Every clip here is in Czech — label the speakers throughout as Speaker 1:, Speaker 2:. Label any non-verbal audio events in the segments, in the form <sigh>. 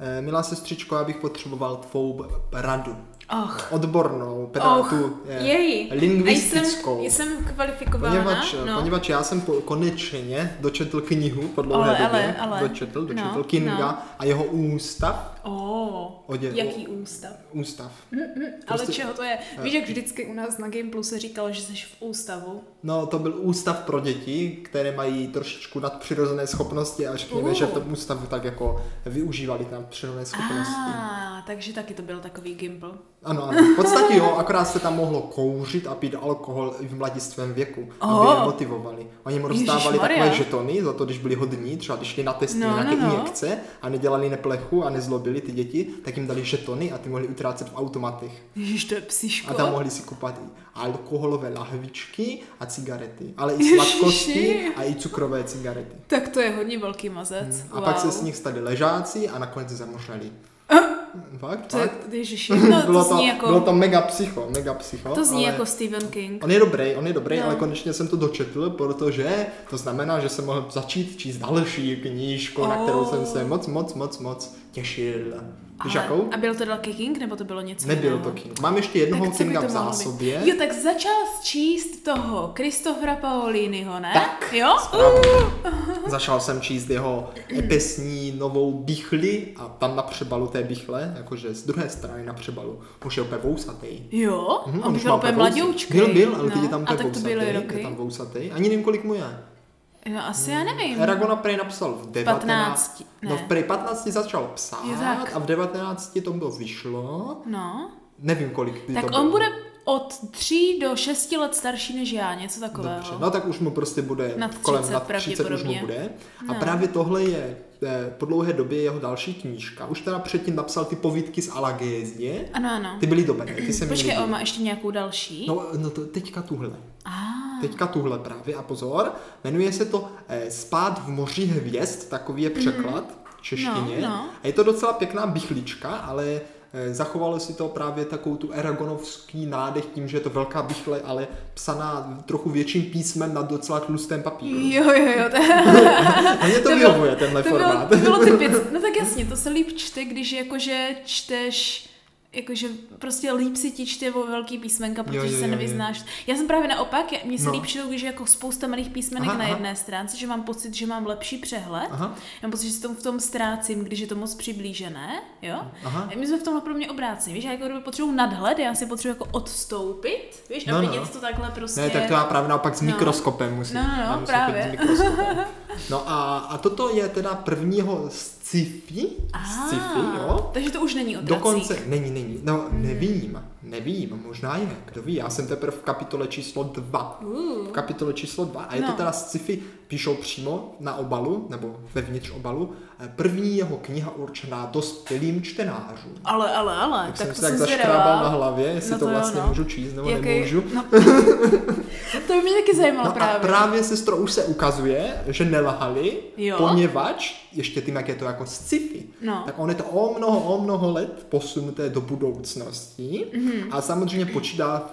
Speaker 1: Eh, Milá sestřičko, já bych potřeboval tvou radu.
Speaker 2: Och,
Speaker 1: Odbornou, peda-
Speaker 2: och,
Speaker 1: tu, eh,
Speaker 2: jej.
Speaker 1: lingvistickou.
Speaker 2: A jsem, jsem kvalifikovaná,
Speaker 1: Poněvadž,
Speaker 2: no.
Speaker 1: poněvadž já jsem po, konečně dočetl knihu po dlouhé
Speaker 2: Ale,
Speaker 1: době,
Speaker 2: ale, ale.
Speaker 1: dočetl, dočetl
Speaker 2: No,
Speaker 1: Kinga
Speaker 2: no.
Speaker 1: a jeho ústav,
Speaker 2: Oh,
Speaker 1: o dě-
Speaker 2: jaký ústav.
Speaker 1: ústav.
Speaker 2: Ale
Speaker 1: Prostě-
Speaker 2: čeho to je? Víš, jak vždycky u nás na Game Plus se říkalo, že jsi v ústavu.
Speaker 1: No, to byl ústav pro děti, které mají trošičku nadpřirozené schopnosti a řekněme,
Speaker 2: Uh.
Speaker 1: že v tom ústavu tak jako využívali tam přirozené schopnosti.
Speaker 2: Ah, takže taky to byl takový gimbal.
Speaker 1: Ano, ano, v podstatě jo, akorát se tam mohlo kouřit a pít alkohol i v mladistvém věku, aby
Speaker 2: Oh.
Speaker 1: je motivovali. Oni jim rozdávali
Speaker 2: Ježišmarja.
Speaker 1: takové žetony za to, když byli hodní, třeba když šli na testy
Speaker 2: No,
Speaker 1: no, nějaké
Speaker 2: no, no.
Speaker 1: injekce a nedělali neplechu a nezlobili ty děti, tak jim dali žetony a ty mohli utrácet v automatech.
Speaker 2: Ježiš, to je
Speaker 1: A
Speaker 2: psíško.
Speaker 1: tam mohli si kupat i alkoholové lahvičky a cigarety, ale i sladkosti
Speaker 2: Ježiši.
Speaker 1: a i cukrové cigarety.
Speaker 2: Tak to je hodně velký mazec.
Speaker 1: Hmm, A pak se z nich stali ležáci a nakonec zamřeli. Fakt,
Speaker 2: Eh? To je,
Speaker 1: fakt. <laughs>
Speaker 2: ježiši, no, to,
Speaker 1: bylo, to,
Speaker 2: zní jako,
Speaker 1: bylo to mega psycho, mega psycho.
Speaker 2: to zní
Speaker 1: ale...
Speaker 2: jako Stephen King.
Speaker 1: On je dobrý, on je dobrý,
Speaker 2: No.
Speaker 1: no. ale konečně jsem to dočetl, protože to znamená, že jsem mohl začít číst další knížku, oh. na kterou jsem se moc, moc, moc, moc těšil. Víš
Speaker 2: Ale-
Speaker 1: jakou?
Speaker 2: A byl to velký King, nebo to bylo něco
Speaker 1: Nebyl to
Speaker 2: jiného?
Speaker 1: King. Mám ještě jednoho
Speaker 2: Tak co by
Speaker 1: Kinga
Speaker 2: to
Speaker 1: v
Speaker 2: mohlo
Speaker 1: zásobě.
Speaker 2: Být? Jo, tak začal číst toho Kristofra Paoliniho, ne?
Speaker 1: Tak,
Speaker 2: jo?
Speaker 1: správně.
Speaker 2: uh!
Speaker 1: Začal jsem číst jeho epesní novou Bichli a tam na přebalu té Bichle, jakože z druhé strany na přebalu, už je úplně vousatý.
Speaker 2: Jo?
Speaker 1: Mhm,
Speaker 2: on
Speaker 1: už
Speaker 2: byl
Speaker 1: má
Speaker 2: úplně
Speaker 1: vousy.
Speaker 2: mladoučký.
Speaker 1: Byl, byl, ale
Speaker 2: no.
Speaker 1: teď je tam
Speaker 2: A
Speaker 1: úplně
Speaker 2: tak to
Speaker 1: vousatý,
Speaker 2: byly
Speaker 1: je
Speaker 2: roky?
Speaker 1: tam Mhm. vousatý. Ani nevím, kolik mu je.
Speaker 2: Jo, asi já nevím.
Speaker 1: Eragona prej napsal v 19.
Speaker 2: 15, ne.
Speaker 1: No v prej 15 začal psát
Speaker 2: Je tak.
Speaker 1: a v 19 to bylo vyšlo.
Speaker 2: No,
Speaker 1: Nevím kolik. ty
Speaker 2: tak
Speaker 1: to
Speaker 2: on
Speaker 1: bylo.
Speaker 2: bude od 3 do 6 let starší než já, něco takového.
Speaker 1: Dobře, no tak už mu prostě bude
Speaker 2: Nad
Speaker 1: kolem
Speaker 2: 30
Speaker 1: nad 30 už mu
Speaker 2: pravděpodobně.
Speaker 1: bude. A
Speaker 2: No.
Speaker 1: právě tohle je eh, po dlouhé době jeho další knížka. Už teda předtím napsal ty povídky z Alagézie.
Speaker 2: Ano, ano.
Speaker 1: Ty byly dobré, ty se mi
Speaker 2: Počkej,
Speaker 1: líbily.
Speaker 2: on má ještě nějakou další?
Speaker 1: No, no to teďka tuhle.
Speaker 2: Ah,
Speaker 1: Teďka tuhle právě a pozor, jmenuje se to eh, Spát v moři hvězd, takový je překlad v češtině.
Speaker 2: Mhm. No, no.
Speaker 1: A je to docela pěkná bychlička, ale eh, zachovalo si to právě takovou tu eragonovský nádech tím, že je to velká bychle, ale psaná trochu větším písmem na docela tlustém papíru.
Speaker 2: jo, jo, jo, to
Speaker 1: A mě to,
Speaker 2: To bylo-
Speaker 1: vyhovuje, tenhle
Speaker 2: To bylo,
Speaker 1: formát.
Speaker 2: to bylo typické. No tak jasně, to se líp čte, když jakože čteš jakože prostě líp si ti čte o velký písmenka, protože jo, jo, se
Speaker 1: jo, jo.
Speaker 2: nevyznáš. Já jsem právě naopak, já- mně se no.
Speaker 1: No.
Speaker 2: líp čtou, když je jako spousta malých písmenek
Speaker 1: Aha,
Speaker 2: na
Speaker 1: aha.
Speaker 2: jedné stránce, že mám pocit, že mám lepší přehled. Aha.
Speaker 1: Aha,
Speaker 2: Mám pocit, že se tom v tom ztrácím, když je to moc přiblížené, jo?
Speaker 1: aha.
Speaker 2: My jsme v tomhle pro mě obrácení, víš, já jako kdyby potřebuji nadhled, já si potřebuji jako odstoupit, víš, a
Speaker 1: No, no.
Speaker 2: vidět to takhle prostě.
Speaker 1: Ne, tak to já právě naopak s
Speaker 2: No.
Speaker 1: mikroskopem musím.
Speaker 2: No, no, no,
Speaker 1: já musím
Speaker 2: právě.
Speaker 1: chodit s mikroskopem. No a, a toto je teda prvního z sci-fi, z sci-fi,
Speaker 2: Ah,
Speaker 1: jo?
Speaker 2: Takže to už není o dracích.
Speaker 1: Dokonce, není, není, no nevím, nevím, možná je, kdo ví, já jsem teprve v kapitole číslo 2.
Speaker 2: Uh.
Speaker 1: V kapitole číslo 2 a je
Speaker 2: No.
Speaker 1: to teda z sci-fi, píšou přímo na obalu, nebo vevnitř obalu, eh, první jeho kniha určená dospělým čtenářům.
Speaker 2: Ale, ale, ale,
Speaker 1: Tak,
Speaker 2: tak,
Speaker 1: jsem
Speaker 2: to
Speaker 1: se tak
Speaker 2: jsem
Speaker 1: zaškrábal na
Speaker 2: zvědavá.
Speaker 1: hlavě, jestli
Speaker 2: No
Speaker 1: no
Speaker 2: to
Speaker 1: to,
Speaker 2: jo,
Speaker 1: vlastně
Speaker 2: no.
Speaker 1: můžu číst nebo nemůžu. <laughs>
Speaker 2: No, to by mě taky zajímalo
Speaker 1: No
Speaker 2: právě.
Speaker 1: a právě sestro už se ukazuje, že nelhali,
Speaker 2: Jo.
Speaker 1: poněvadž, ještě tím, jak je to jako sci-fi,
Speaker 2: No.
Speaker 1: tak on je to o mnoho, o mnoho let posunuté do budoucnosti
Speaker 2: Mhm.
Speaker 1: mm-hmm. a samozřejmě počítá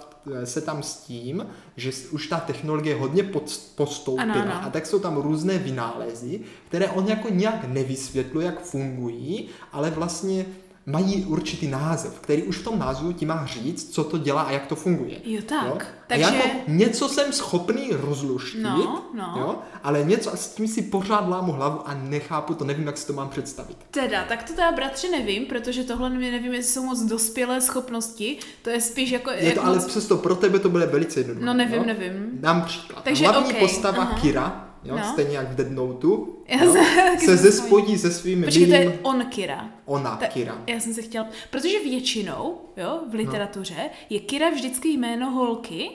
Speaker 1: eh, se tam s tím, že s- už ta technologie hodně pod- postoupila
Speaker 2: Ano, ano.
Speaker 1: a tak jsou tam různé vynálezy, které on jako nějak nevysvětluje, jak fungují, ale vlastně mají určitý název, který už v tom názvu ti má říct, co to dělá a jak to funguje.
Speaker 2: Jo, tak.
Speaker 1: Jo?
Speaker 2: Takže...
Speaker 1: A já jako něco jsem schopný rozluštit,
Speaker 2: No, no.
Speaker 1: Jo? ale něco s tím si pořád lámu hlavu a nechápu to, nevím, jak si to mám představit.
Speaker 2: Teda, tak to teda bratře nevím, protože tohle mě nevím, jestli jsou moc dospělé schopnosti, to je spíš jako...
Speaker 1: Je
Speaker 2: jak
Speaker 1: to ale
Speaker 2: moc...
Speaker 1: přesto pro tebe to bude velice jednoduché.
Speaker 2: No nevím,
Speaker 1: jo?
Speaker 2: nevím.
Speaker 1: Dám příklad.
Speaker 2: Takže
Speaker 1: Hlavní
Speaker 2: ok,
Speaker 1: postava
Speaker 2: aha.
Speaker 1: Kira, jo?
Speaker 2: No.
Speaker 1: stejně jak v Dead Noteu,
Speaker 2: Já
Speaker 1: jo?
Speaker 2: jsem- <laughs>
Speaker 1: se zespodí se svým
Speaker 2: Počkej, to
Speaker 1: milým
Speaker 2: je on Kira.
Speaker 1: ona,
Speaker 2: Ta,
Speaker 1: Kira.
Speaker 2: já jsem se chtěla... Protože většinou, jo, v literatuře, no. je Kira vždycky jméno holky,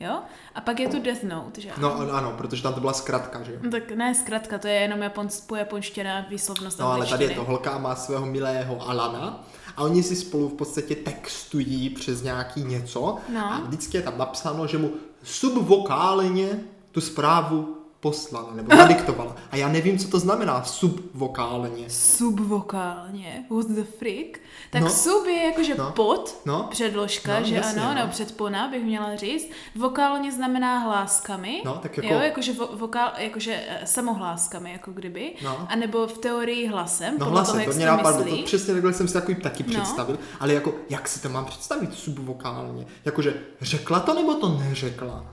Speaker 2: jo, a pak je tu Death Note, že?
Speaker 1: No ano, ano, protože tam to byla zkratka, že jo.
Speaker 2: No tak ne, zkrátka, to je jenom japonsk, po japonštěná výslovnost
Speaker 1: No ale tady je
Speaker 2: angličtiny.
Speaker 1: to holka a má svého milého Alana a oni si spolu v podstatě textují přes nějaký něco
Speaker 2: No.
Speaker 1: a vždycky je tam napsáno, že mu subvokálně tu zprávu poslala nebo nadiktovala. A já nevím, co to znamená subvokálně.
Speaker 2: Subvokálně, what the frick? Tak
Speaker 1: No.
Speaker 2: no. sub je jakože
Speaker 1: No.
Speaker 2: no. pod,
Speaker 1: No.
Speaker 2: no. předložka,
Speaker 1: No,
Speaker 2: no, že
Speaker 1: jasně,
Speaker 2: jasně, ano,
Speaker 1: no.
Speaker 2: no. nebo předpona bych měla říct. Vokálně znamená hláskami,
Speaker 1: No, tak jako-
Speaker 2: jo, jakože, vo, vokál, jakože eh, samohláskami, jako kdyby.
Speaker 1: No.
Speaker 2: A nebo v teorii hlasem,
Speaker 1: No
Speaker 2: podle
Speaker 1: hlasem,
Speaker 2: toho, jak
Speaker 1: to
Speaker 2: si
Speaker 1: mě
Speaker 2: to
Speaker 1: napadlo, to
Speaker 2: myslí.
Speaker 1: přesně takhle jsem si takový taky
Speaker 2: No.
Speaker 1: představil, ale jako, jak si to mám představit subvokálně? Jakože řekla to nebo to neřekla?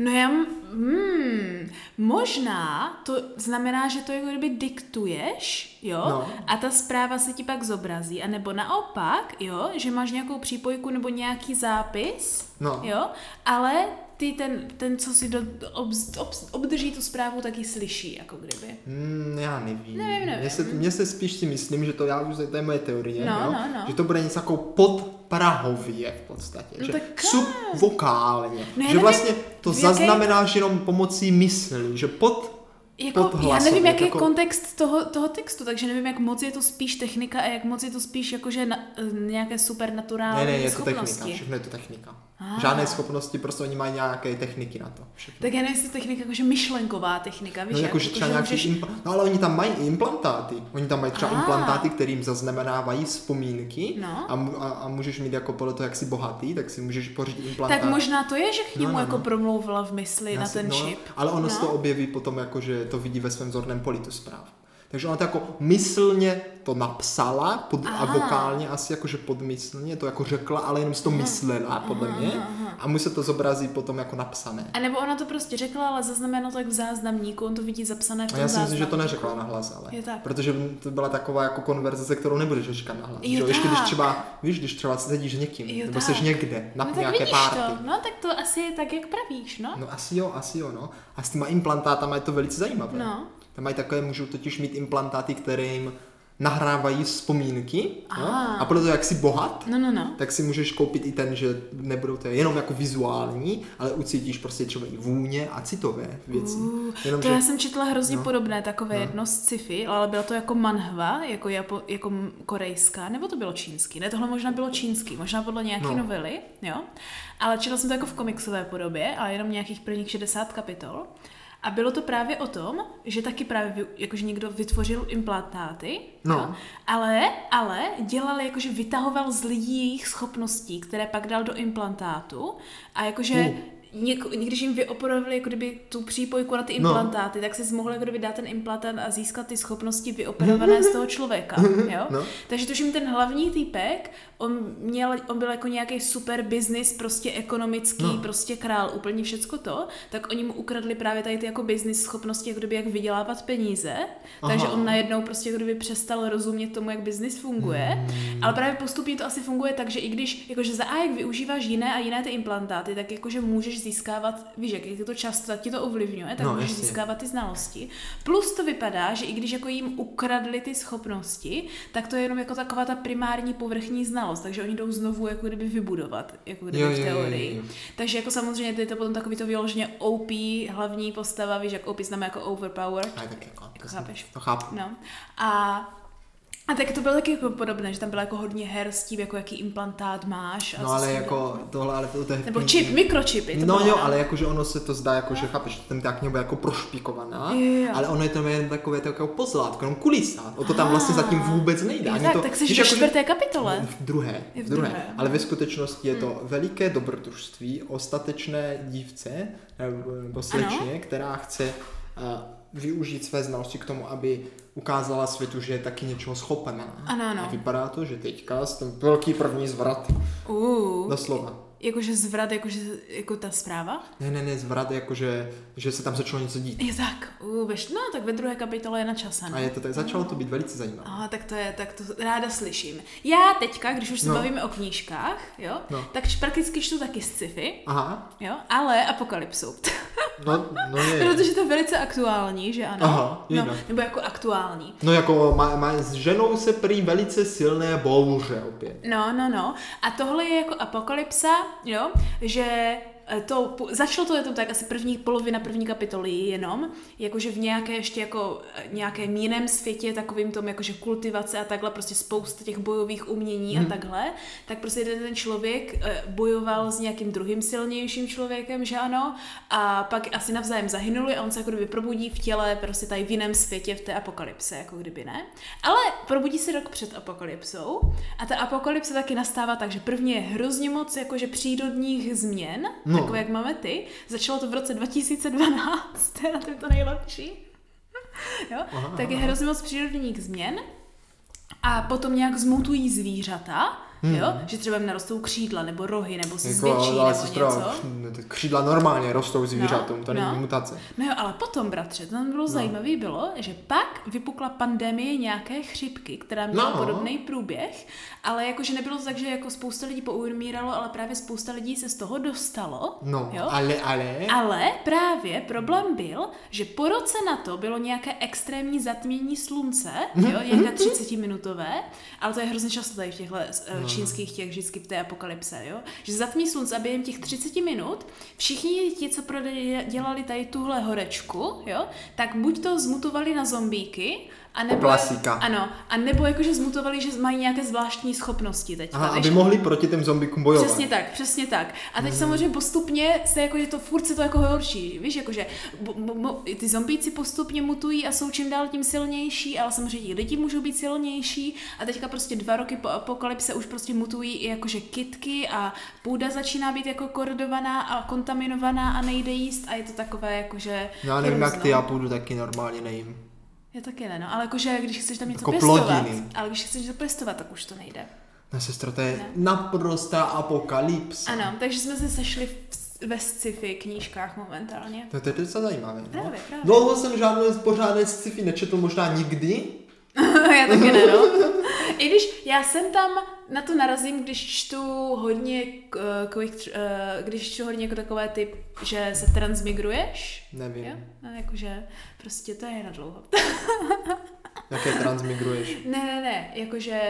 Speaker 2: No já, m- hmm, možná to znamená, že to jako kdyby diktuješ, jo,
Speaker 1: No.
Speaker 2: a ta zpráva se ti pak zobrazí, anebo naopak, jo, že máš nějakou přípojku nebo nějaký zápis,
Speaker 1: No.
Speaker 2: jo, ale ty ten, ten co si do, obz, obz, obdrží tu zprávu, taky slyší, jako kdyby.
Speaker 1: Hmm, já nevím.
Speaker 2: Nevím, nevím.
Speaker 1: Mně se, mně se spíš si myslím, že to já už, to je moje teorie,
Speaker 2: No,
Speaker 1: jo?
Speaker 2: no, no.
Speaker 1: že to bude něco jako podprahově v podstatě,
Speaker 2: No
Speaker 1: že
Speaker 2: tak jo.
Speaker 1: subvokálně,
Speaker 2: já
Speaker 1: že
Speaker 2: nevím,
Speaker 1: vlastně to
Speaker 2: v jaké-
Speaker 1: zaznamenáš jenom pomocí mysli, že pod
Speaker 2: Jako, já
Speaker 1: Podhlasově,
Speaker 2: nevím, jaký je
Speaker 1: jako-
Speaker 2: kontext toho, toho textu, takže nevím, jak moc je to spíš technika a jak moc je to spíš jakože na, eh, nějaké
Speaker 1: Ne,
Speaker 2: supernaturální
Speaker 1: ne, je to
Speaker 2: schopnosti.
Speaker 1: technika, všechno je to technika.
Speaker 2: Ah.
Speaker 1: Žádné schopnosti, prostě oni mají nějaké techniky na to. Všechno.
Speaker 2: Tak já nevím, jestli technika, jakože myšlenková technika, víš?
Speaker 1: No jako, že třeba nějaký
Speaker 2: můžeš-
Speaker 1: impl- No ale oni tam mají i implantáty. Oni tam mají třeba
Speaker 2: Ah.
Speaker 1: implantáty, kterým zaznamenávají vzpomínky
Speaker 2: No.
Speaker 1: a, mu- a, a můžeš mít jako podle toho, jak jsi bohatý, tak si můžeš pořídit implantát.
Speaker 2: Tak možná to je, že k
Speaker 1: No,
Speaker 2: němu
Speaker 1: no,
Speaker 2: jako
Speaker 1: no.
Speaker 2: promlouvala v mysli
Speaker 1: Já
Speaker 2: na
Speaker 1: si-
Speaker 2: ten
Speaker 1: no,
Speaker 2: čip.
Speaker 1: Ale ono se
Speaker 2: No.
Speaker 1: to objeví potom jako, že to vidí ve svém zorném poli tu zprávu. Takže ona to jako myslně to napsala pod, a
Speaker 2: Aha.
Speaker 1: vokálně asi jakože podmyslně to jako řekla, ale jenom si to myslela podle mě a mu se to zobrazí potom jako napsané.
Speaker 2: A nebo ona to prostě řekla, ale zaznamenalo to jak v záznamníku, on to vidí zapsané v
Speaker 1: A
Speaker 2: tom
Speaker 1: já si myslím, že to
Speaker 2: záznamníku.
Speaker 1: neřekla nahlas, ale.
Speaker 2: Je tak.
Speaker 1: Protože to byla taková jako konverzace, kterou nebudeš říkat nahlas.
Speaker 2: Je
Speaker 1: že jo? Ještě když
Speaker 2: tak.
Speaker 1: třeba, víš, když třeba sedíš s někým,
Speaker 2: Je
Speaker 1: nebo
Speaker 2: tak.
Speaker 1: seš někde na
Speaker 2: No tak
Speaker 1: nějaké
Speaker 2: vidíš
Speaker 1: párty.
Speaker 2: to, no tak to asi je tak, jak pravíš, no.
Speaker 1: No asi jo, asi jo, no. A s těma implantátama je to velice zajímavé.
Speaker 2: No.
Speaker 1: Tam mají takové, můžou totiž mít implantáty, které jim nahrávají vzpomínky.
Speaker 2: Aha.
Speaker 1: No? A proto jak jsi bohat,
Speaker 2: No, no, no.
Speaker 1: tak si můžeš koupit i ten, že nebudou to jenom jako vizuální, ale ucítíš prostě třeba i vůně a citové věci.
Speaker 2: Uh,
Speaker 1: jenom,
Speaker 2: to
Speaker 1: že-
Speaker 2: já jsem četla hrozně
Speaker 1: no.
Speaker 2: no. podobné takové no. jedno z sci-fi, ale bylo to jako manhwa, jako, japo, jako m- korejská, nebo to bylo čínský, ne, tohle možná bylo čínský, možná podle nějaké
Speaker 1: No.
Speaker 2: no. novely, jo. Ale četla jsem to jako v komiksové podobě, ale jenom nějakých prvních 60 kapitol. A bylo to právě o tom, že taky právě, vy- jakože někdo vytvořil implantáty,
Speaker 1: No.
Speaker 2: jo, ale, ale dělal, jakože vytahoval z lidí jejich schopností, které pak dal do implantátu a jakože...
Speaker 1: Uh.
Speaker 2: Něk, když jim vyopravili jako kdyby tu přípojku na ty implantáty, no. tak si mohl jako kdyby dát ten implantát a získat ty schopnosti vyoperované z toho <laughs> člověka, jo?
Speaker 1: No.
Speaker 2: No. Takže tuším ten hlavní týpek, on, měl, on byl jako nějaký super biznis, prostě ekonomický,
Speaker 1: No.
Speaker 2: no. prostě král, úplně všecko to, tak oni mu ukradli právě tady ty jako biznis schopnosti, jako kdyby jak vydělávat peníze,
Speaker 1: Aha.
Speaker 2: Aha. takže on najednou prostě jako kdyby přestal rozumět tomu, jak biznis funguje, ale právě postupně to asi funguje tak, že i když jakože za A, jak využíváš jiné a jiné ty implantáty, tak jakože můžeš získávat, víš, jak je to často, tak ti to ovlivňuje, tak
Speaker 1: No,
Speaker 2: no, můžeš
Speaker 1: jasně.
Speaker 2: jasně. získávat ty znalosti. Plus to vypadá, že i když jako jim ukradli ty schopnosti, tak to je jenom jako taková ta primární povrchní znalost, takže oni jdou znovu jako kdyby vybudovat, jako kdyby
Speaker 1: Jo,
Speaker 2: v
Speaker 1: jo, jo, jo,
Speaker 2: teorii.
Speaker 1: jo.
Speaker 2: Takže jako samozřejmě to je to potom takový to vyloženě OP, hlavní postava, víš, jak OP znamená jako overpowered.
Speaker 1: A tak jako, to, jsem-
Speaker 2: chápeš.
Speaker 1: to chápu.
Speaker 2: No. A, a tak to bylo taky jako podobné, že tam bylo jako hodně her s tím, jako jaký implantát máš. A
Speaker 1: No
Speaker 2: co s
Speaker 1: ale
Speaker 2: tím
Speaker 1: jako tohle, ale to, to je...
Speaker 2: bylo. Nebo čip, mikročipy. To
Speaker 1: No
Speaker 2: bylo,
Speaker 1: jo,
Speaker 2: ne?
Speaker 1: ale jakože ono se to zdá, jako, že chápeš, že tam ta kniha byla jako prošpikovaná,
Speaker 2: Jo, jo.
Speaker 1: ale ono je tam jen takové takové pozlátko, jenom kulisa. O to tam vlastně zatím vůbec nejde.
Speaker 2: Jo,
Speaker 1: Ani
Speaker 2: tak,
Speaker 1: to,
Speaker 2: tak jsi
Speaker 1: víš, jako, Mm.
Speaker 2: ve
Speaker 1: jakože-
Speaker 2: čtvrté kapitole.
Speaker 1: V druhé,
Speaker 2: Je
Speaker 1: v
Speaker 2: v
Speaker 1: druhé.
Speaker 2: druhé.
Speaker 1: Ale ve skutečnosti je to veliké dobrodružství ostatečné dívce nebo, nebo slečně, která chce eh, využít své znalosti k tomu, aby ukázala světu, že je taky něčeho schopná.
Speaker 2: Ano, ano.
Speaker 1: A vypadá to, že teďka je tam velký první zvrat.
Speaker 2: Uh,
Speaker 1: Doslova.
Speaker 2: jakože zvrat, jakože jako ta zpráva.
Speaker 1: Ne, ne, ne, zvrat, jakože, že se tam začalo něco dít.
Speaker 2: Je tak, uh, veš, no tak ve druhé kapitole je na čase.
Speaker 1: A je to, tak- začalo to být velice zajímavé.
Speaker 2: Aha, tak to je, tak to ráda slyším. Já teďka, když už se
Speaker 1: No.
Speaker 2: no. bavíme o knížkách, jo,
Speaker 1: No.
Speaker 2: no. tak č- prakticky čtu taky sci-fi,
Speaker 1: Aha,
Speaker 2: jo, ale apokalypsu. <laughs>
Speaker 1: no, no je.
Speaker 2: Protože to je velice aktuální, že ano?
Speaker 1: Aha, je, no.
Speaker 2: no, nebo jako aktuální.
Speaker 1: No jako má, má, s ženou se prý velice silné bouře opět.
Speaker 2: No, no, no. A tohle je jako apokalypsa, jo, že eh, to, po- začalo to je to tak asi první polovina první kapitoly jenom, jakože v nějaké ještě jako eh, nějakém jiném světě, takovým tom jakože kultivace a takhle, prostě spousta těch bojových umění a takhle, tak prostě jeden ten člověk eh, bojoval s nějakým druhým silnějším člověkem, že ano, a pak asi navzájem zahynuli a on se jako kdyby probudí v těle prostě tady v jiném světě, v té apokalypse, jako kdyby ne. Ale probudí se rok před apokalypsou a ta apokalypse taky nastává tak, že první je hrozně moc jakože přírodních změn,
Speaker 1: No.
Speaker 2: no. takové jak máme ty. Začalo to v roce 2012, <laughs> to je na tom to nejlepší. Jo?
Speaker 1: Aha,
Speaker 2: tak je
Speaker 1: aha.
Speaker 2: hrozně moc přírodních změn a potom nějak zmutují zvířata,
Speaker 1: Hmm.
Speaker 2: jo? že třeba jim narostou křídla nebo rohy nebo se
Speaker 1: Jako,
Speaker 2: zvětší
Speaker 1: ale
Speaker 2: nebo
Speaker 1: sestra,
Speaker 2: něco.
Speaker 1: kš- křídla normálně rostou zvířatům, to není
Speaker 2: no.
Speaker 1: mutace.
Speaker 2: No jo, ale potom, bratře, to tam bylo no. zajímavé, bylo, že pak vypukla pandemie nějaké chřipky, která měla
Speaker 1: No.
Speaker 2: no. podobný průběh, ale jakože nebylo to tak, že jako spousta lidí poumíralo, ale právě spousta lidí se z toho dostalo.
Speaker 1: No,
Speaker 2: jo?
Speaker 1: ale, ale,
Speaker 2: Ale právě problém byl, že po roce na to bylo nějaké extrémní zatmění slunce,
Speaker 1: Mhm,
Speaker 2: jo, nějaké 30 minutové, ale to je hrozně často tady v těchto eh,
Speaker 1: No,
Speaker 2: čínských těch vždycky v té apokalypse, jo, že zatmí slunce a během těch 30 minut všichni ti, co prode- dělali tady tuhle horečku, jo, tak buď to zmutovali na zombíky, a nebo,
Speaker 1: Klasika.
Speaker 2: Ano, a nebo jakože zmutovali, že mají nějaké zvláštní schopnosti teď.
Speaker 1: Aha, aby mohli proti těm zombikům bojovat.
Speaker 2: Přesně tak, přesně tak. A
Speaker 1: Hmm.
Speaker 2: teď samozřejmě postupně se jako, že to furt se to jako horší, víš, jakože bo, bo, bo, ty zombíci postupně mutují a jsou čím dál tím silnější, ale samozřejmě i lidi můžou být silnější a teďka prostě dva roky po apokalypse už prostě mutují i jakože kitky a půda začíná být jako korodovaná a kontaminovaná a nejde jíst a je to takové jakože
Speaker 1: No, já nevím, jak ty,
Speaker 2: hrozno.
Speaker 1: já půjdu taky normálně nejím.
Speaker 2: Já taky ne, no, ale jakože když chceš tam něco
Speaker 1: Jako
Speaker 2: pěstovat,
Speaker 1: plodiny.
Speaker 2: ale když chceš to pěstovat, tak už to nejde.
Speaker 1: Na sestro, to je
Speaker 2: Ne.
Speaker 1: naprostá apokalypsa.
Speaker 2: Ano, takže jsme se sešli v, ve sci-fi knížkách momentálně.
Speaker 1: To, to je docela zajímavé. no.
Speaker 2: Právě, právě.
Speaker 1: Dlouho jsem žádné pořádné sci-fi nečetl, možná nikdy.
Speaker 2: <laughs> já taky
Speaker 1: <laughs>
Speaker 2: ne, no. I když já jsem tam na to narazím, když čtu hodně, eh, quick, tr- eh, když čtu hodně jako takové typ, že se transmigruješ.
Speaker 1: Nevím,
Speaker 2: Jo? No, jakože prostě to je na dlouho.
Speaker 1: jaké transmigruješ.
Speaker 2: ne, ne, ne, jakože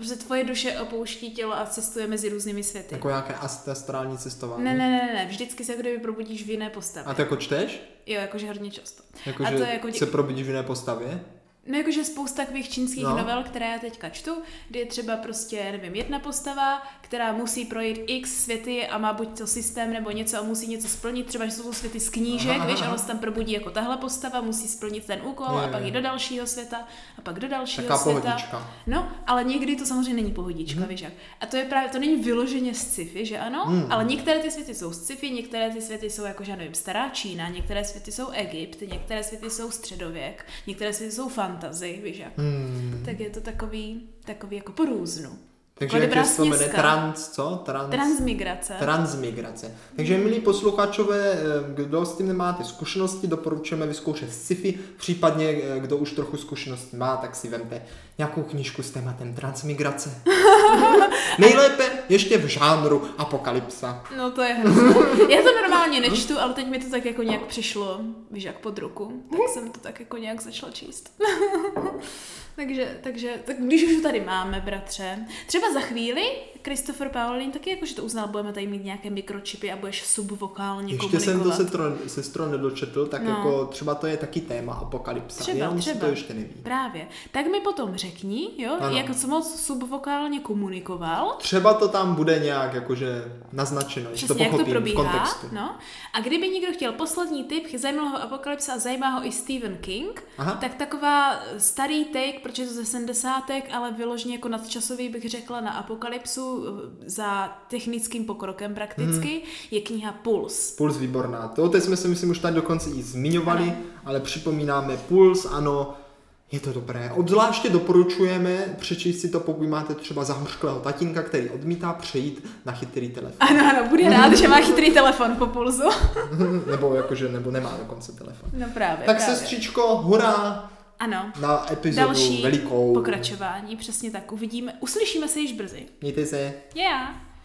Speaker 2: že tvoje duše opouští tělo a cestuje mezi různými světy.
Speaker 1: Jako nějaké ast- astrální cestování.
Speaker 2: Ne, ne, ne, ne, ne, vždycky se jako kdyby probudíš v jiné
Speaker 1: A
Speaker 2: postavě.
Speaker 1: to jako čteš?
Speaker 2: Jo, jakože hodně často.
Speaker 1: Jako,
Speaker 2: A
Speaker 1: že
Speaker 2: to je jako dě-
Speaker 1: se probudíš v jiné postavě?
Speaker 2: No jakože spousta takových čínských
Speaker 1: No.
Speaker 2: no. novel, které já teďka čtu, kde je třeba prostě, nevím, jedna postava, která musí projít x světy a má buď to systém nebo něco a musí něco splnit, třeba že jsou to světy z knížek,
Speaker 1: Aha,
Speaker 2: víš,
Speaker 1: aha.
Speaker 2: a on se tam probudí jako tahle postava, musí splnit ten úkol
Speaker 1: Jo,
Speaker 2: a
Speaker 1: jo,
Speaker 2: pak
Speaker 1: jo.
Speaker 2: i do dalšího světa a pak do dalšího
Speaker 1: Taká
Speaker 2: světa.
Speaker 1: pohodička.
Speaker 2: No, ale někdy to samozřejmě není pohodička,
Speaker 1: Mhm.
Speaker 2: víš jak. A to je právě, to není vyloženě sci-fi, že ano?
Speaker 1: Hmm.
Speaker 2: Ale některé ty světy jsou sci-fi, některé ty světy jsou jako, že nevím, stará Čína, některé světy jsou Egypt, některé světy jsou středověk, některé světy jsou fantazy, víš jak.
Speaker 1: Hmm.
Speaker 2: Tak je to takový, takový jako porůznu.
Speaker 1: Takže
Speaker 2: Kolik
Speaker 1: jak se to
Speaker 2: brásniska?
Speaker 1: jmenuje? Trans, co? Trans,
Speaker 2: Transmigrace.
Speaker 1: Transmigrace. Takže milí posluchačové, eh, kdo s tím nemáte zkušenosti, doporučujeme vyzkoušet sci-fi, případně eh, kdo už trochu zkušenost má, tak si vemte nějakou knížku s tématem transmigrace.
Speaker 2: <laughs>
Speaker 1: Nejlépe ještě v žánru apokalypsa.
Speaker 2: No to je hrozné.
Speaker 1: <laughs>
Speaker 2: Já to normálně nečtu, ale teď mi to tak jako nějak přišlo, víš, jak pod ruku.
Speaker 1: Mhm.
Speaker 2: Tak jsem to tak jako nějak začala číst. <laughs> takže, takže, tak když už to tady máme, bratře. Třeba za chvíli Christopher Paulin taky jakože to uznal, budeme tady mít nějaké mikročipy a budeš subvokálně
Speaker 1: Ještě
Speaker 2: komunikovat.
Speaker 1: jsem to sestro, sestro nedočetl, tak
Speaker 2: No.
Speaker 1: jako třeba to je taky téma apokalypsa.
Speaker 2: Třeba,
Speaker 1: Jenom si
Speaker 2: třeba.
Speaker 1: to ještě neví.
Speaker 2: Právě. Tak mi potom řekni, jo,
Speaker 1: Ano.
Speaker 2: ano. jak co moc subvokálně komunikoval.
Speaker 1: Třeba to tam bude nějak jakože naznačeno, že to
Speaker 2: Přesně, jak to
Speaker 1: pochopím v
Speaker 2: probíhá.
Speaker 1: kontextu.
Speaker 2: No. A kdyby někdo chtěl poslední tip, zajímalo ho Apokalypsa a zajímá ho i Stephen King,
Speaker 1: Aha.
Speaker 2: tak taková starý take, protože je to ze 70. ale vyloženě jako nadčasový bych řekla na Apokalypsu eh, za technickým pokrokem prakticky,
Speaker 1: Mhm.
Speaker 2: je kniha Puls.
Speaker 1: Puls výborná. To teď jsme se myslím už tady dokonce i zmiňovali, ale připomínáme Puls, ano, je to dobré. Obzvláště doporučujeme přečíst si to, pokud máte třeba zahořklého tatínka, který odmítá přejít na chytrý telefon.
Speaker 2: <laughs> Ano, ano, bude rád, že má chytrý telefon po Pulsu. <laughs>
Speaker 1: nebo jakože, nebo nemá dokonce telefon.
Speaker 2: No právě,
Speaker 1: Tak
Speaker 2: právě.
Speaker 1: sestřičko, hurá
Speaker 2: Ano.
Speaker 1: na epizodu
Speaker 2: Další
Speaker 1: velikou.
Speaker 2: pokračování, přesně tak. Uvidíme, uslyšíme se již brzy.
Speaker 1: Mějte se.
Speaker 2: Yeah.